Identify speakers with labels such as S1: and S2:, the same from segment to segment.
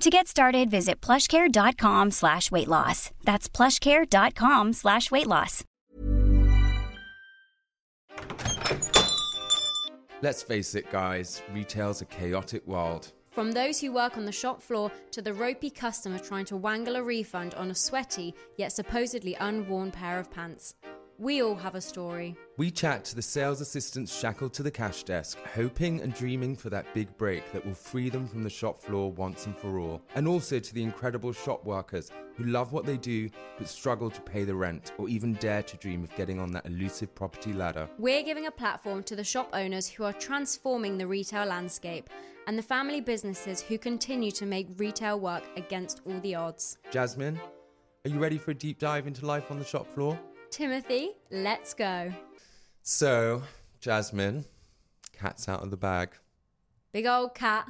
S1: To get started, visit plushcare.com slash weight loss. That's plushcare.com slash weight loss.
S2: Let's face it, guys, retail's a chaotic world.
S3: From those who work on the shop floor to the ropey customer trying to wangle a refund on a sweaty yet supposedly unworn pair of pants. We all have a story.
S2: We chat to the sales assistants shackled to the cash desk, hoping and dreaming for that big break that will free them from the shop floor once and for all. And also to the incredible shop workers who love what they do but struggle to pay the rent or even dare to dream of getting on that elusive property ladder.
S3: We're giving a platform to the shop owners who are transforming the retail landscape and the family businesses who continue to make retail work against all the odds.
S2: Jasmine, are you ready for a deep dive into life on the shop floor?
S3: Timothy, let's go.
S2: So, Jasmine, cat's out of the bag,
S3: Big old cat.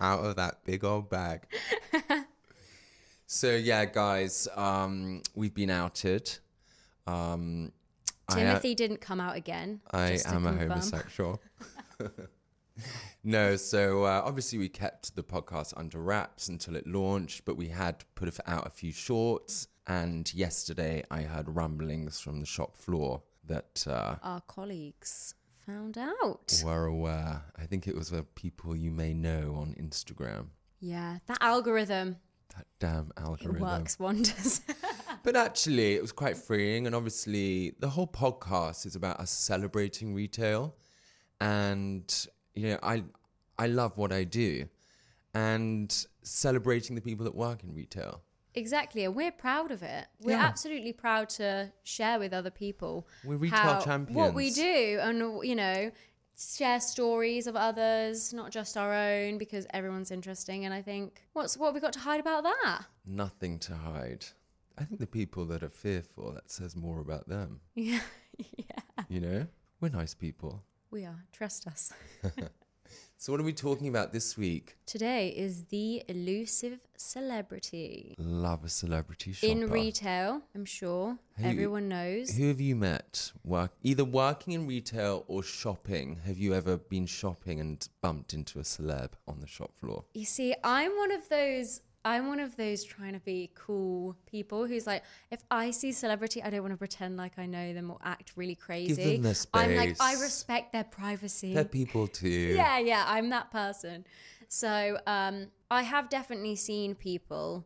S2: out of that big old bag. so yeah, guys, um, we've been outed. Um, I-
S3: Timothy didn't come out again.
S2: I
S3: just to
S2: am a
S3: confirm.
S2: homosexual. no, so uh, obviously we kept the podcast under wraps until it launched, but we had put f- out a few shorts. And yesterday I heard rumblings from the shop floor that uh,
S3: Our colleagues found out.
S2: were aware. I think it was the people you may know on Instagram.
S3: Yeah, that algorithm,
S2: That damn algorithm.
S3: it works wonders.
S2: But actually, it was quite freeing. And obviously, the whole podcast is about us celebrating retail. And, you know, I, I love what I do and celebrating the people that work in retail.
S3: Exactly, and we're proud of it. We're
S2: Yeah.
S3: absolutely proud to share with other people.
S2: We're retail
S3: What we
S2: champions.
S3: do, and you know, share stories of others, not just our own, because everyone's interesting. And I think, what's what have we got to hide about that?
S2: Nothing to hide. I think the people that are fearful, that says more about them.
S3: Yeah,
S2: You know, we're nice people.
S3: we are. Trust us.
S2: So, what are we talking about this week?
S3: Today is the elusive celebrity
S2: Love a celebrity shopper.
S3: in retail. I'm sure
S2: Who-
S3: everyone knows.
S2: Who have you met work either working in retail or shopping? Have you ever been shopping and bumped into a celeb on the shop floor?
S3: You see, I'm one of those. I'm one of those trying to be cool people who's like, if I see celebrity, I don't want to pretend like I know them or act really crazy.
S2: them their
S3: I'm like, I
S2: space.
S3: respect their privacy.
S2: They're people too.
S3: yeah, yeah, I'm that person. So um, I have definitely seen people.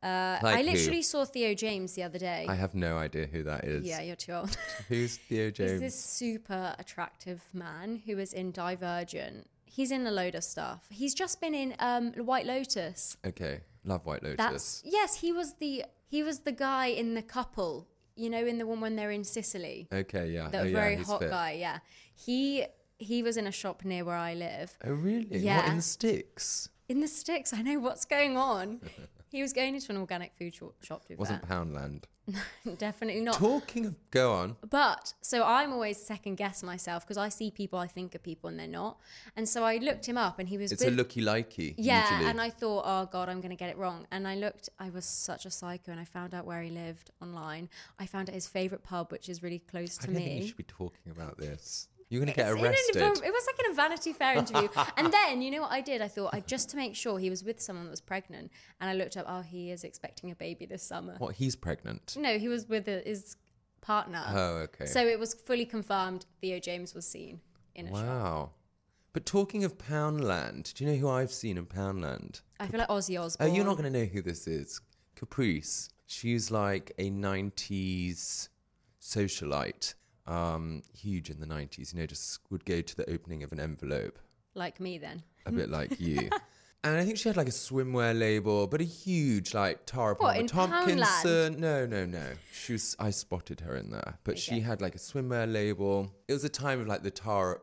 S3: Uh,
S2: Like
S3: I
S2: who?
S3: literally saw Theo James the other day.
S2: I have no idea who that is.
S3: yeah, you're too old.
S2: Who's Theo
S3: He's
S2: James?
S3: this super attractive man who was in Divergent. He's in a load of stuff. He's just been in um, White Lotus.
S2: Okay, love White Lotus.
S3: That's yes, he was the he was the guy in the couple, you know, in the one when they're in Sicily.
S2: okay, yeah.
S3: That
S2: oh, yeah,
S3: very
S2: he's
S3: hot
S2: fit.
S3: guy, yeah. He he was in a shop near where I live.
S2: Oh really? What
S3: Yeah.
S2: in the sticks?
S3: In the sticks, I know what's going on. He was going into an organic food sho- shop to be
S2: Wasn't Poundland.
S3: fair. Definitely not.
S2: Talking of, go on.
S3: But so I'm always second guess myself because I see people I think are people and they're not. And so I looked him up and he was
S2: It's
S3: with,
S2: a looky likey.
S3: Yeah,
S2: usually.
S3: and I thought, oh god, I'm gonna get it wrong. And I looked, I was such a psycho, and I found out where he lived online. I found out his favorite pub, which is really close
S2: I
S3: to
S2: don't
S3: me.
S2: think you should be talking about this. You're going to
S3: It's
S2: get
S3: in an-
S2: arrested.
S3: it was like in a Vanity Fair interview. and then you know what I did? I thought I just to make sure he was with someone that was pregnant, and I looked up. Oh, he is expecting a baby this summer.
S2: What? He's pregnant.
S3: No, he was with a, his partner.
S2: Oh, okay.
S3: So it was fully confirmed. Theo James was seen in a
S2: wow.
S3: shop.
S2: But talking of Poundland, do you know who I've seen in Poundland?
S3: I feel like Ozzy
S2: Oh,
S3: Osbourne.
S2: you're not going to know who this is. Caprice. She's like a 90s socialite. Um, huge in the 90s, you know, just would go to the opening of an envelope,
S3: like me then.
S2: a bit like you. And I think she had like a swimwear label, but a huge like Tara
S3: What,
S2: Palmer
S3: in
S2: Tompkinson.
S3: Poundland?
S2: No, no, no. She was. I spotted her in there, but she had like a swimwear label. It was a time of like the Tara,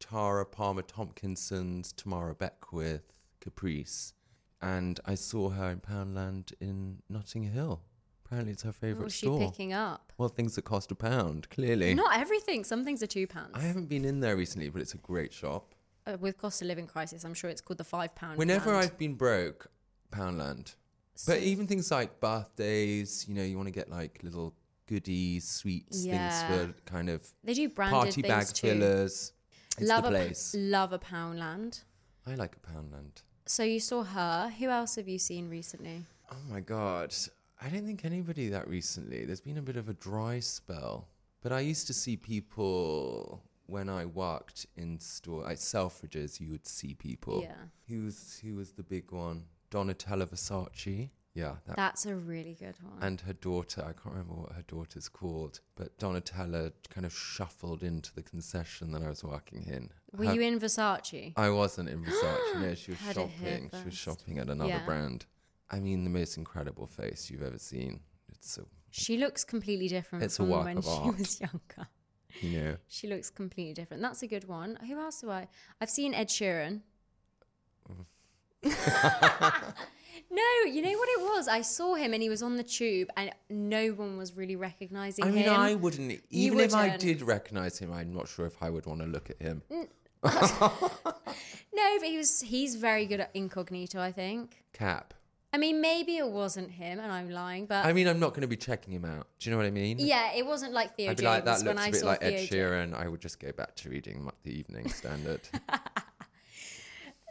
S2: Tara Palmer Tompkinsons, Tamara Beckwith, Caprice, and I saw her in Poundland in Notting Hill. Apparently, it's her
S3: What
S2: favorite
S3: was she
S2: store.
S3: picking up?
S2: Well, things that cost a pound. Clearly,
S3: Not everything. Some things are two pounds.
S2: I haven't been in there recently, but it's a great shop.
S3: Uh, with cost of living crisis, I'm sure it's called the five pound.
S2: Whenever
S3: land.
S2: I've been broke, Poundland. But even things like birthdays, you know, you want to get like little goodies, sweets,
S3: Yeah.
S2: things for kind of
S3: they do branded
S2: party
S3: things
S2: bag
S3: too.
S2: fillers. It's
S3: love
S2: the
S3: a
S2: place.
S3: love a pound land.
S2: I like a Poundland.
S3: So you saw her. Who else have you seen recently?
S2: Oh my god, I don't think anybody that recently. There's been a bit of a dry spell, but I used to see people when I worked in store at Selfridges. You would see people.
S3: Yeah.
S2: Who was who was the big one? Donatella Versace. Yeah, that
S3: That's a really good one.
S2: and her daughter i can't remember what her daughter's called but donatella kind of shuffled into the concession that i was working in
S3: Were
S2: Her-
S3: you in Versace?
S2: i wasn't in versace no she was
S3: Had it here
S2: shopping she was
S3: first.
S2: shopping at another
S3: Yeah.
S2: brand i mean the most incredible face you've ever seen it's a
S3: she looks completely different
S2: It's a
S3: from
S2: work
S3: when
S2: of
S3: she
S2: art.
S3: was younger.
S2: you know
S3: She looks completely different. That's a good one. Who else do I? I've seen Ed Sheeran. no, you know what it was? I saw him and he was on the tube and no one was really recognizing
S2: i mean
S3: him.
S2: i wouldn't e-, even if i
S3: wouldn't. Mm.
S2: did recognize him i'm not sure if i would want to look at him
S3: No, but he was he's very good at incognito, I think.
S2: cap
S3: I mean, maybe it wasn't him and I'm lying, but
S2: i mean i'm not going to be checking him out do you know what i mean
S3: Uh, yeah, it wasn't like Theo
S2: I'd be like,
S3: James
S2: that
S3: when
S2: looks
S3: I
S2: a bit
S3: saw
S2: like Ed
S3: Theo James.
S2: Sheeran. I would just go back to reading the Evening Standard.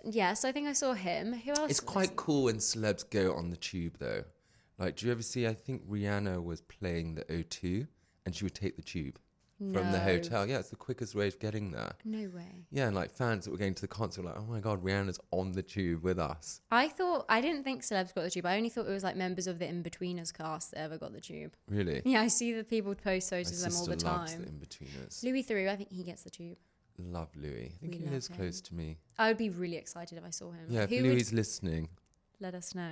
S3: Yeah, so I think I saw him. Who else?
S2: It's
S3: did I
S2: quite
S3: see?
S2: cool when celebs go on the tube, though. Like, do you ever see? I think Rihanna was playing the O2, and she would take the tube from the
S3: No.
S2: hotel. Yeah, it's the quickest way of getting there.
S3: No way.
S2: Yeah, and like fans that were going to the concert were like, oh my god, Rihanna's on the tube with us.
S3: I thought I didn't think celebs got the tube. I only thought it was like members of the In Betweeners cast that ever got the tube.
S2: Really?
S3: Yeah, I see the people post
S2: My
S3: photos of them all
S2: sister
S3: the
S2: loves
S3: time.
S2: the in-betweeners.
S3: Louis Theroux, I think he gets the tube.
S2: Love Louis. I think
S3: We
S2: he
S3: love
S2: lives
S3: him.
S2: close to me.
S3: I would be really excited if I saw him.
S2: Yeah, if
S3: Who
S2: Louis
S3: would
S2: is listening.
S3: let us know?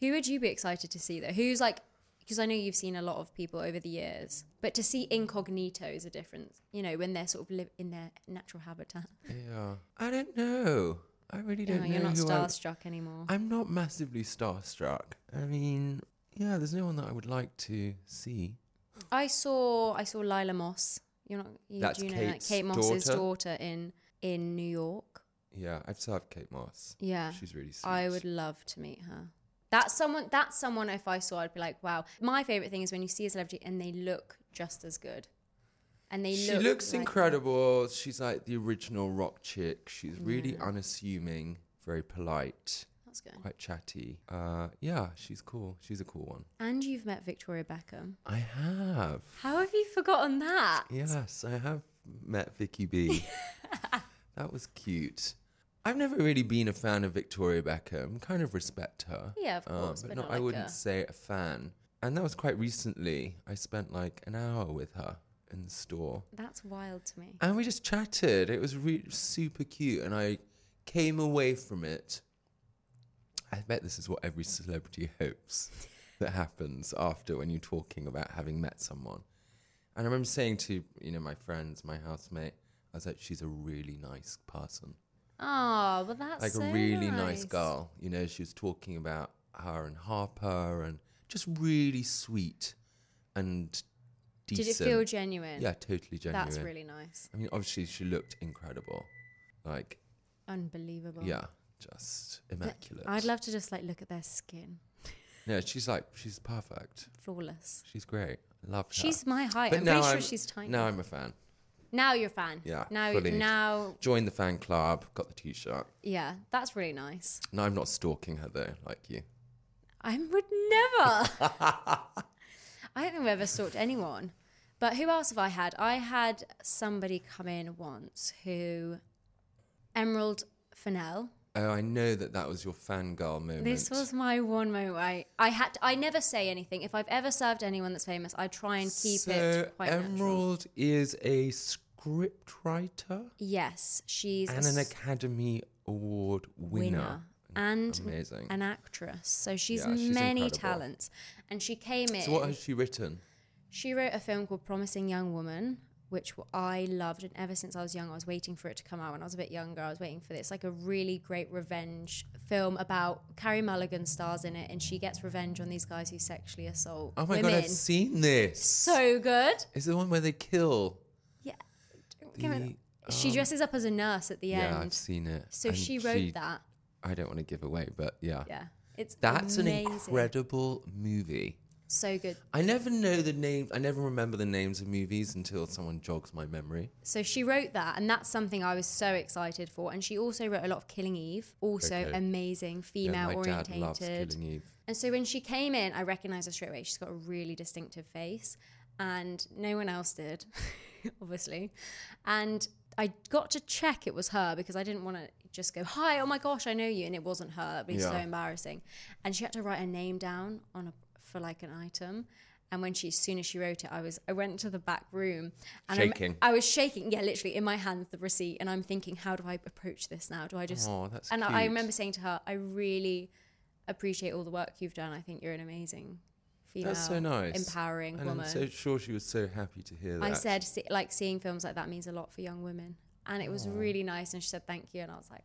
S3: Who would you be excited to see though? Who's like because I know you've seen a lot of people over the years, but to see incognito is a difference. You know, when they're sort of live in their natural habitat.
S2: Yeah. I don't know. I really
S3: You
S2: don't
S3: know,
S2: know.
S3: you're not
S2: who I-
S3: starstruck anymore.
S2: I'm not massively starstruck. I mean, yeah, there's no one that I would like to see.
S3: I saw I saw Lila Moss. You're not. You,
S2: That's
S3: do you know
S2: Kate's
S3: that Kate Moss's
S2: daughter?
S3: daughter, in in New York.
S2: Yeah, I've still have Kate Moss.
S3: Yeah,
S2: she's really sweet.
S3: I would love to meet her. That's someone. That's someone. If I saw, I'd be like, wow. My favorite thing is when you see a celebrity and they look just as good, and they
S2: she
S3: look.
S2: looks
S3: like-
S2: incredible. She's like the original rock chick. She's really unassuming, very polite,
S3: That's good.
S2: quite chatty. Uh, yeah, she's cool. She's a cool one.
S3: And you've met Victoria Beckham.
S2: I have.
S3: How have you forgotten that?
S2: Yes, I have met Vicky B. that was cute. I've never really been a fan of Victoria Beckham. Kind of respect her.
S3: Yeah, of
S2: uh,
S3: course,
S2: but,
S3: but
S2: not,
S3: not
S2: I
S3: like
S2: wouldn't
S3: a-
S2: say a fan. And that was quite recently. I spent like an hour with her in the store.
S3: That's wild to me.
S2: And we just chatted. It was re- super cute. And I came away from it. I bet this is what every celebrity hopes that happens after when you're talking about having met someone. And I remember saying to, you know, my friends, my housemate, I was like, she's a really nice person.
S3: Oh, well, that's
S2: like
S3: so
S2: a really nice. girl. You know, she was talking about her and Harper and just really sweet and decent.
S3: Did it feel genuine?
S2: Yeah, totally genuine.
S3: That's really nice.
S2: I mean, obviously she looked incredible, like
S3: Unbelievable.
S2: yeah, just immaculate.
S3: I'd love to just like look at their skin.
S2: Yeah, she's like she's perfect.
S3: Flawless.
S2: She's great. I love her.
S3: She's my height. I'm
S2: now
S3: pretty sure she's tiny.
S2: Now I'm a fan.
S3: Now you're a fan.
S2: Yeah,
S3: Now
S2: fully.
S3: now
S2: Joined the fan club. Got the t-shirt.
S3: yeah, that's really nice.
S2: No, I'm not stalking her though, like you.
S3: I would never. I don't think I've ever stalked anyone. But who else have I had? I had somebody come in once who Emerald Fennell.
S2: Oh, I know that that was your fangirl moment.
S3: This was my one moment. where I, I had. To, I never say anything. If I've ever served anyone that's famous, I try and keep
S2: so
S3: it quite natural.
S2: Emerald is a script writer
S3: Yes, she's a
S2: and an
S3: s-
S2: Academy Award winner.
S3: and
S2: Amazing.
S3: an actress. So she's
S2: Yeah, she's
S3: many
S2: incredible.
S3: talents, and she came in.
S2: so what has she written?
S3: She wrote a film called Promising Young Woman, which w- I loved. And ever since I was young, I was waiting for it to come out. When I was a bit younger, I was waiting for this. Like a really great revenge film about Carrie Mulligan stars in it, and she gets revenge on these guys who sexually assault
S2: Oh my
S3: women.
S2: god, I've seen this.
S3: so good.
S2: It's the one where they kill.
S3: Yeah. Don't give it-
S2: The,
S3: she
S2: um,
S3: dresses up as a nurse at the
S2: yeah,
S3: end.
S2: I've seen it.
S3: So
S2: And
S3: she wrote that.
S2: I don't want to give away, but yeah.
S3: Yeah. It's
S2: That's
S3: amazing.
S2: an incredible movie.
S3: So good.
S2: I never know the name. I never remember the names of movies until someone jogs my memory.
S3: So she wrote that, and that's something I was so excited for. And she also wrote a lot of Killing Eve, also
S2: Okay.
S3: amazing,
S2: Yeah,
S3: female
S2: my
S3: orientated.
S2: dad loves Killing Eve.
S3: And so when she came in, I recognized her straight away. She's got a really distinctive face, and no one else did, obviously. And I got to check it was her because I didn't want to just go, Hi, oh my gosh, I know you. And it wasn't her. It'd be so
S2: Yeah.
S3: embarrassing. And she had to write her name down on a, for like an item. And when she, as soon as she wrote it, I was, I went to the back room and I'm-
S2: Shaking.
S3: I was shaking, yeah, literally in my hands the receipt, and I'm thinking, how do I approach this now? Do I just?
S2: Aw, that's
S3: and I- I
S2: cute.
S3: remember saying to her, I really appreciate all the work you've done. I think you're an amazing female,
S2: That's so nice.
S3: empowering
S2: and
S3: woman.
S2: I'm so sure she was so happy to hear that.
S3: I said, see, like seeing films like that means a lot for young women, and it was really nice. And she said, thank you, and I was like,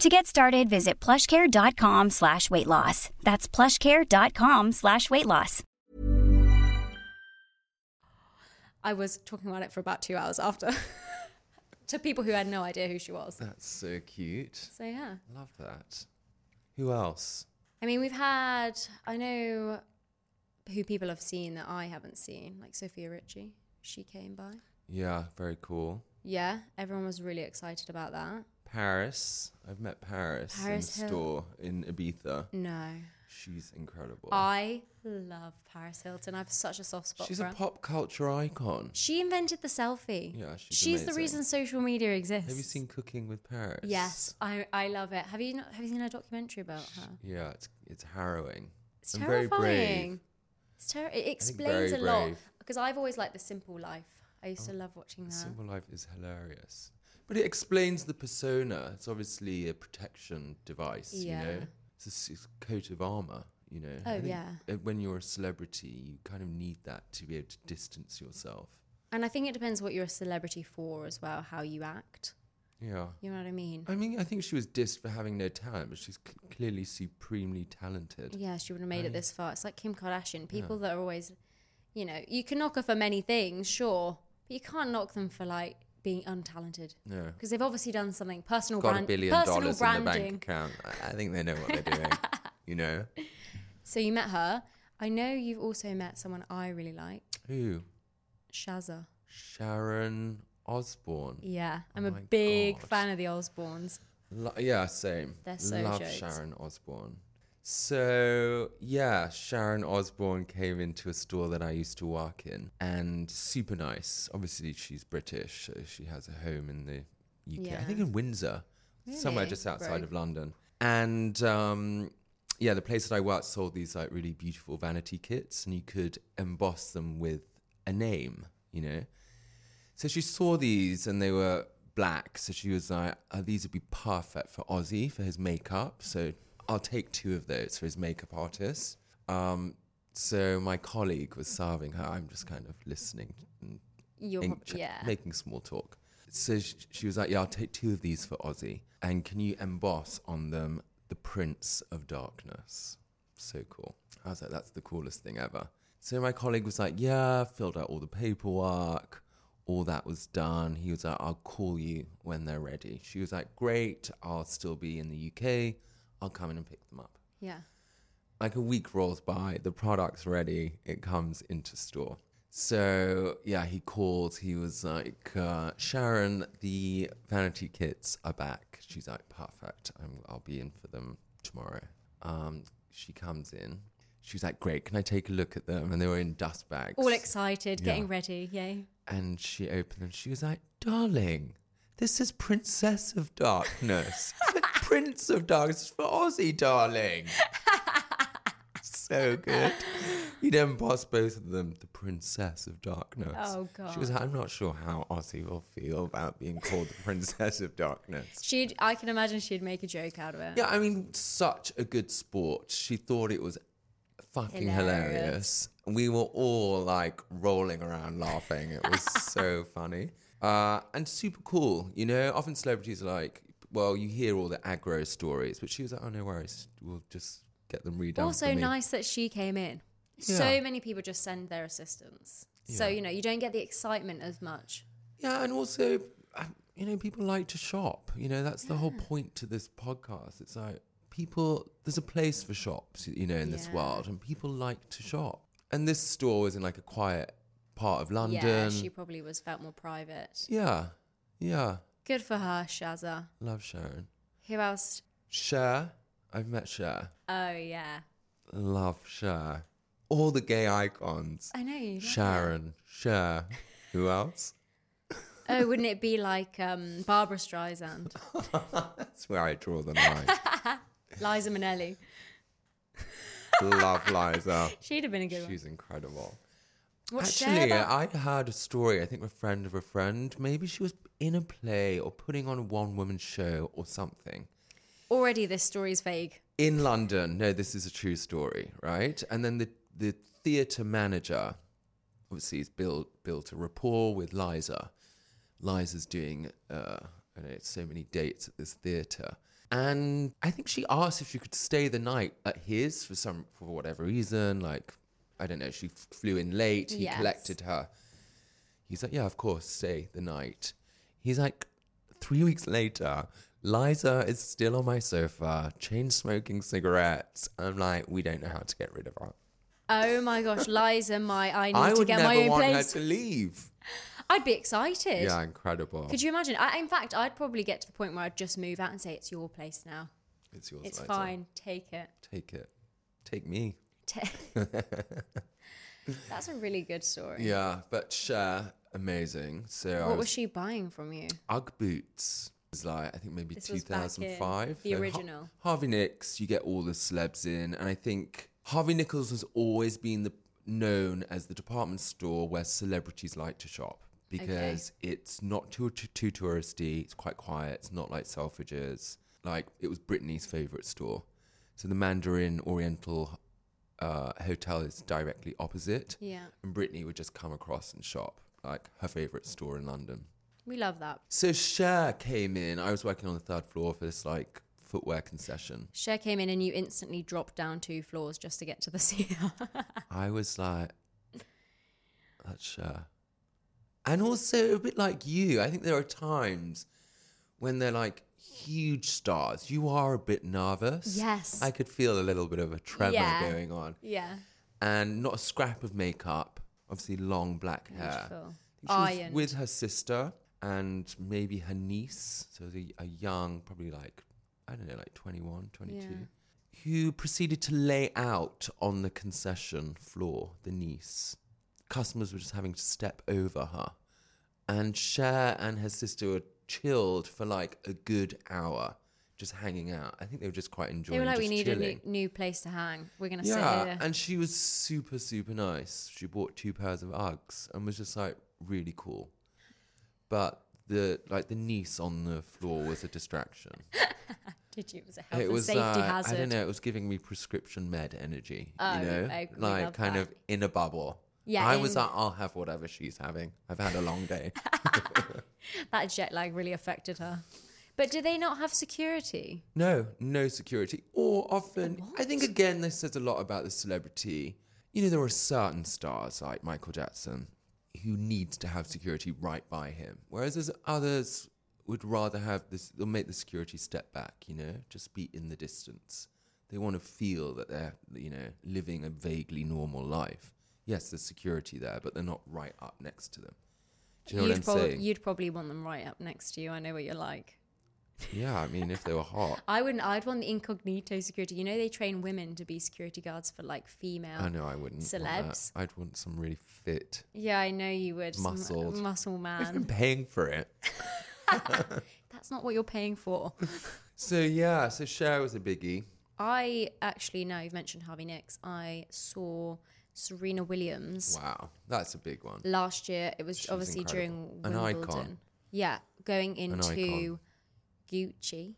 S1: To get started, visit plushcare.com slash weight loss. That's plushcare.com slash weight loss.
S3: I was talking about it for about two hours after to people who had no idea who she was.
S2: That's so cute.
S3: So yeah.
S2: Love that. Who else?
S3: I mean, we've had, I know who people have seen that I haven't seen, like Sophia Ritchie. She came by.
S2: Yeah, very cool.
S3: Yeah, everyone was really excited about that.
S2: Paris. I've met Paris,
S3: Paris
S2: in
S3: Hill.
S2: store in Ibiza.
S3: No.
S2: She's incredible.
S3: I love Paris Hilton. I have such a soft spot
S2: She's
S3: for
S2: a
S3: her.
S2: pop culture icon.
S3: She invented the selfie.
S2: Yeah, she's
S3: the
S2: amazing.
S3: reason social media exists.
S2: Have you seen Cooking with Paris?
S3: Yes, I I love it. Have you not, have you seen a documentary about her?
S2: Yeah, it's it's harrowing.
S3: It's
S2: and
S3: terrifying.
S2: Very brave.
S3: It's ter- it
S2: very
S3: explains a lot
S2: brave. Oh,
S3: because I've always liked the simple life. I used to love watching
S2: The
S3: that.
S2: Simple life is hilarious, but it explains the persona. It's obviously a protection device.
S3: Yeah.
S2: You know, it's a s- it's a coat of armor. You know. I
S3: Oh,
S2: think,
S3: yeah.
S2: uh, When you're a celebrity, you kind of need that to be able to distance yourself.
S3: And I think it depends what you're a celebrity for as well, how you act.
S2: Yeah.
S3: You know what I mean?
S2: I mean, I think she was dissed for having no talent, but she's cl- clearly supremely talented.
S3: Yeah, she wouldn't have
S2: Right.
S3: made it this far. It's like Kim Kardashian. People that are always, you know, you can knock her for many things, sure, but you can't knock them for like being untalented
S2: Yeah.
S3: because they've obviously done something personal
S2: Got
S3: brand,
S2: a billion
S3: personal
S2: dollars in
S3: branding.
S2: the bank account. I- I think they know what they're doing. you know.
S3: So you met her. I know you've also met someone I really like,
S2: Who?
S3: Shazza.
S2: Sharon Osbourne.
S3: Yeah, I'm
S2: Oh
S3: a
S2: my
S3: big
S2: God.
S3: fan of the Osbournes.
S2: Lo- yeah, same.
S3: They're so
S2: Love
S3: jokes.
S2: Sharon Osbourne. So yeah, Sharon Osbourne came into a store that I used to work in, and super nice. Obviously, she's British, so she has a home in the UK. I think
S3: Yeah.
S2: in Windsor, somewhere
S3: Really?
S2: just outside
S3: Rogue.
S2: of London. And um, yeah, the place that I worked sold these like really beautiful vanity kits, and you could emboss them with a name, you know. So she saw these and they were black. So she was like, oh, these would be perfect for Ozzy for his makeup. So I'll take two of those for his makeup artist. Um, so my colleague was serving her. I'm just kind of listening and
S3: You're
S2: ink
S3: prob-
S2: check-
S3: yeah.
S2: making small talk. So she, she was like, yeah, I'll take two of these for Ozzy. And can you emboss on them the Prince of Darkness? So cool. I was like, that's the coolest thing ever. So my colleague was like, yeah, filled out all the paperwork. All that was done. He was like, I'll call you when they're ready. She was like, great. I'll still be in the UK. I'll come in and pick them up
S3: yeah.
S2: like a week rolls by, the product's ready, it comes into store. So yeah, he called. He was like, uh, "Sharon, the vanity kits are back." She's like, "Perfect. I'm, I'll be in for them tomorrow." Um, she comes in. She's like, "Great. Can I take a look at them?" And they were in dust bags.
S3: All excited, getting
S2: Yeah.
S3: ready. Yay.
S2: and she opened them. She was like, "Darling, this is Princess of Darkness. It's like, Prince of Darkness for Aussie, darling." so good. You'd emboss both of them, the Princess of Darkness.
S3: Oh,
S2: She was like, "I'm not sure how Aussie will feel about being called the Princess of Darkness."
S3: She'd. I can imagine she'd make a joke out of it.
S2: Yeah, I mean, such a good sport. She thought it was fucking hilarious.
S3: Hilarious.
S2: We were all like rolling around laughing. It was so funny uh, and super cool. You know, often celebrities are like, well, you hear all the aggro stories, but she was like, oh, no worries. We'll just get them redone.
S3: also
S2: for me.
S3: nice that she came in.
S2: Yeah.
S3: So many people just send their assistants. So
S2: Yeah.
S3: you know you don't get the excitement as much.
S2: Yeah, and also, uh, you know, people like to shop. You know, that's the whole point to this podcast. It's like people, there's a place for shops, you know, in this
S3: Yeah.
S2: world, and people like to shop. And this store was in like a quiet part of London.
S3: Yeah, she probably was felt more private.
S2: yeah, yeah.
S3: Good for her, Shazza.
S2: Love Sharon.
S3: Who else?
S2: Cher, I've met Cher.
S3: Oh yeah,
S2: Love Cher. All the gay icons.
S3: I know you. love her.
S2: Sharon, Cher. Who else?
S3: Oh, wouldn't it be like um, Barbara Streisand,
S2: That's where I draw the line.
S3: Liza Minnelli?
S2: Love Liza.
S3: She'd have been a good
S2: She's incredible.
S3: one. What's Cher
S2: Actually,
S3: about?
S2: I heard a story, I think, with a friend of a friend. Maybe she was in a play or putting on a one woman show or something
S3: Already, this story's vague.
S2: in London. No, this is a true story, right? And then the, the theatre manager, obviously, he's built, built a rapport with Liza. Liza's doing, uh, I don't know, so many dates at this theatre. And I think she asked if she could stay the night at his for some, for whatever reason. Like, I don't know, she f- flew in late, he
S3: Yes.
S2: collected her. He's like, yeah, of course, stay the night. He's like, three weeks later, Liza is still on my sofa, chain smoking cigarettes. I'm like, we don't know how to get rid of her.
S3: Oh my gosh, Liza, my I need
S2: I
S3: to
S2: would
S3: get
S2: never
S3: my own
S2: want
S3: place.
S2: her to leave.
S3: I'd be excited.
S2: Yeah, incredible.
S3: Could you imagine? I, in fact, I'd probably get to the point where I'd just move out and say it's your place now.
S2: it's yours.
S3: It's
S2: Liza.
S3: fine. Take it.
S2: Take it. Take me.
S3: Ta- That's a really good story.
S2: Yeah, but Cher, amazing. So I
S3: What
S2: was
S3: was she buying from you?
S2: Ugg Boots. It was like I think maybe
S3: This was back in
S2: 2005.
S3: the
S2: Then Har-
S3: original.
S2: Harvey Nicks, you get all the celebs in, and I think Harvey Nichols has always been the known as the department store where celebrities like to shop because it's not too, too too touristy. It's quite quiet. It's not like Selfridges. Like it was Britney's favorite store. So the Mandarin Oriental uh, hotel is directly opposite,
S3: Yeah.
S2: and Britney would just come across and shop like her favorite store in London.
S3: We love that.
S2: So Cher came in. I was working on the third floor for this like footwear concession.
S3: Cher came in and you instantly dropped down two floors just to get to the CR.
S2: I was like, that's Cher. And also a bit like you. I think there are times when they're like huge stars. You are a bit nervous.
S3: Yes.
S2: I could feel a little bit of a tremor
S3: Yeah.
S2: going on.
S3: yeah.
S2: and not a scrap of makeup. Obviously, long black hair.
S3: Beautiful.
S2: I think she was
S3: Ironed.
S2: with her sister and maybe her niece, so the, a young, probably like, I don't know, like 21, 22, who proceeded to lay out on the concession floor the niece. Customers were just having to step over her. And Cher and her sister were chilled for like a good hour, just hanging out. I think they were just quite enjoying
S3: They were like,
S2: just
S3: we need
S2: chilling.
S3: a new, new place to hang. We're gonna sit
S2: Yeah,
S3: here.
S2: and she was super, super nice. She bought two pairs of Uggs and was just like really cool. But the like the niece on the floor was a distraction.
S3: Did you? It was a health
S2: it was
S3: and safety
S2: uh,
S3: hazard.
S2: I don't know. It was giving me prescription med energy.
S3: Oh,
S2: you know,
S3: I- we
S2: like
S3: love
S2: kind
S3: that.
S2: of in a bubble.
S3: Yeah,
S2: I was
S3: in-
S2: like, I'll have whatever she's having. I've had a long day.
S3: That jet lag really affected her. But do they not have security?
S2: No, no security. Or often, I think again, this says a lot about the celebrity. You know, there are certain stars like Michael Jackson who needs to have security right by him, whereas there's others would rather have this. They'll make the security step back. You know, just be in the distance. They want to feel that they're, you know, living a vaguely normal life. Yes, there's security there, but they're not right up next to them. Do you know
S3: would
S2: what I'm
S3: prob-
S2: saying?
S3: You'd probably want them right up next to you. I know what you're like.
S2: Yeah, I mean, if they were hot.
S3: I wouldn't. I'd want the incognito security. You know, they train women to be security guards for like female.
S2: I know I wouldn't. Want that.
S3: Celebs.
S2: I'd want some really fit.
S3: Yeah, I know you would. some
S2: Muscled.
S3: muscle
S2: I've been
S3: man.
S2: paying for it.
S3: That's not what you're paying for.
S2: So yeah, so Cher was a biggie.
S3: I actually, now you've mentioned Harvey Nicks, I saw Serena Williams
S2: Wow, that's a big one.
S3: last year. It was
S2: She's
S3: obviously
S2: incredible.
S3: during
S2: An icon.
S3: Wimbledon. Yeah, going
S2: icon.
S3: into Gucci.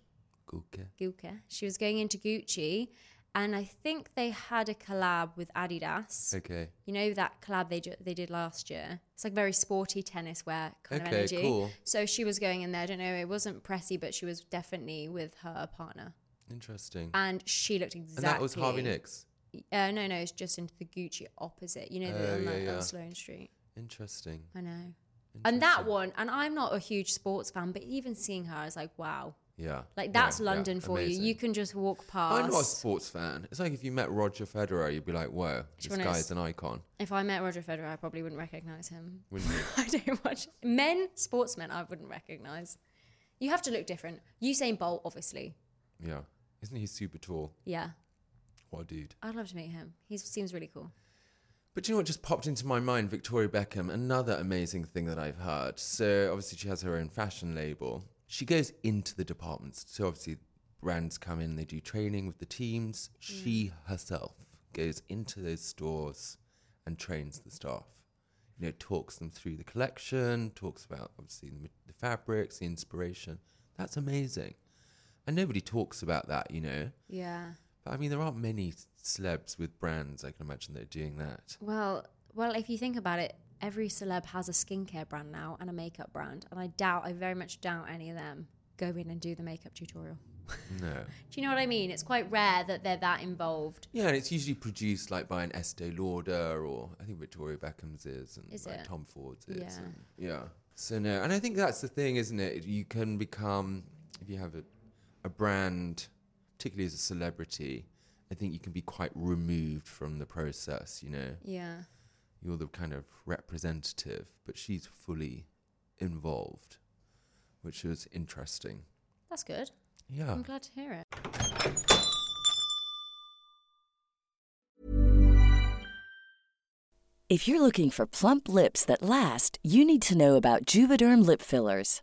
S2: Gucci.
S3: Gucci. She was going into Gucci, and I think they had a collab with Adidas.
S2: Okay.
S3: You know that collab they ju- they did last year. It's like very sporty tennis wear kind
S2: Okay,
S3: of energy.
S2: cool.
S3: So she was going in there. I don't know. It wasn't pressy, but she was definitely with her partner,
S2: Interesting.
S3: and she looked exactly.
S2: Mm. And that was Harvey Nicks.
S3: Uh, no, no, it's just into the Gucci opposite. You know, the,
S2: Oh,
S3: on,
S2: yeah,
S3: the,
S2: yeah.
S3: on Sloane Street.
S2: Interesting.
S3: I know. And that
S2: Interesting.
S3: one, and I'm not a huge sports fan, but even seeing her, I was like, wow,
S2: Yeah.
S3: like
S2: Yeah,
S3: that's
S2: yeah,
S3: London for
S2: amazing.
S3: you. You can just walk past.
S2: I'm not a sports fan. It's like if you met Roger Federer, you'd be like, "Whoa,
S3: It's
S2: this
S3: one of
S2: guy's
S3: those-
S2: an icon."
S3: If I met Roger Federer, I probably wouldn't recognize him.
S2: Wouldn't you?
S3: I don't watch men sportsmen. I wouldn't recognize. You have to look different. Usain Bolt, obviously.
S2: Yeah. Isn't he super tall?
S3: Yeah,
S2: What a dude.
S3: I'd love to meet him. He seems really cool.
S2: But you know what just popped into my mind? Victoria Beckham, another amazing thing that I've heard. So obviously she has her own fashion label. She goes into the departments. So obviously brands come in, they do training with the teams. She herself goes into those stores and trains the staff. You know, talks them through the collection, talks about obviously the, ma- the fabrics, the inspiration. That's amazing. And nobody talks about that, you know.
S3: Yeah.
S2: But I mean, there aren't many celebs with brands I can imagine that are doing that.
S3: Well, well, if you think about it, every celeb has a skincare brand now and a makeup brand, and I doubt, I very much doubt any of them go in and do the makeup tutorial.
S2: No.
S3: Do you know what I mean? It's quite rare that they're that involved.
S2: Yeah, and it's usually produced like by an Estee Lauder or I think Victoria Beckham's is and
S3: Is
S2: like
S3: it?
S2: Tom Ford's is.
S3: Yeah.
S2: and- yeah. So no, and I think that's the thing, isn't it? You can become if you have a a brand, particularly as a celebrity, I think you can be quite removed from the process, you know.
S3: Yeah.
S2: You're the kind of representative, but she's fully involved, which was interesting.
S3: That's good.
S2: Yeah.
S3: I'm glad to hear it.
S4: If you're looking for plump lips that last, you need to know about Juvederm lip fillers.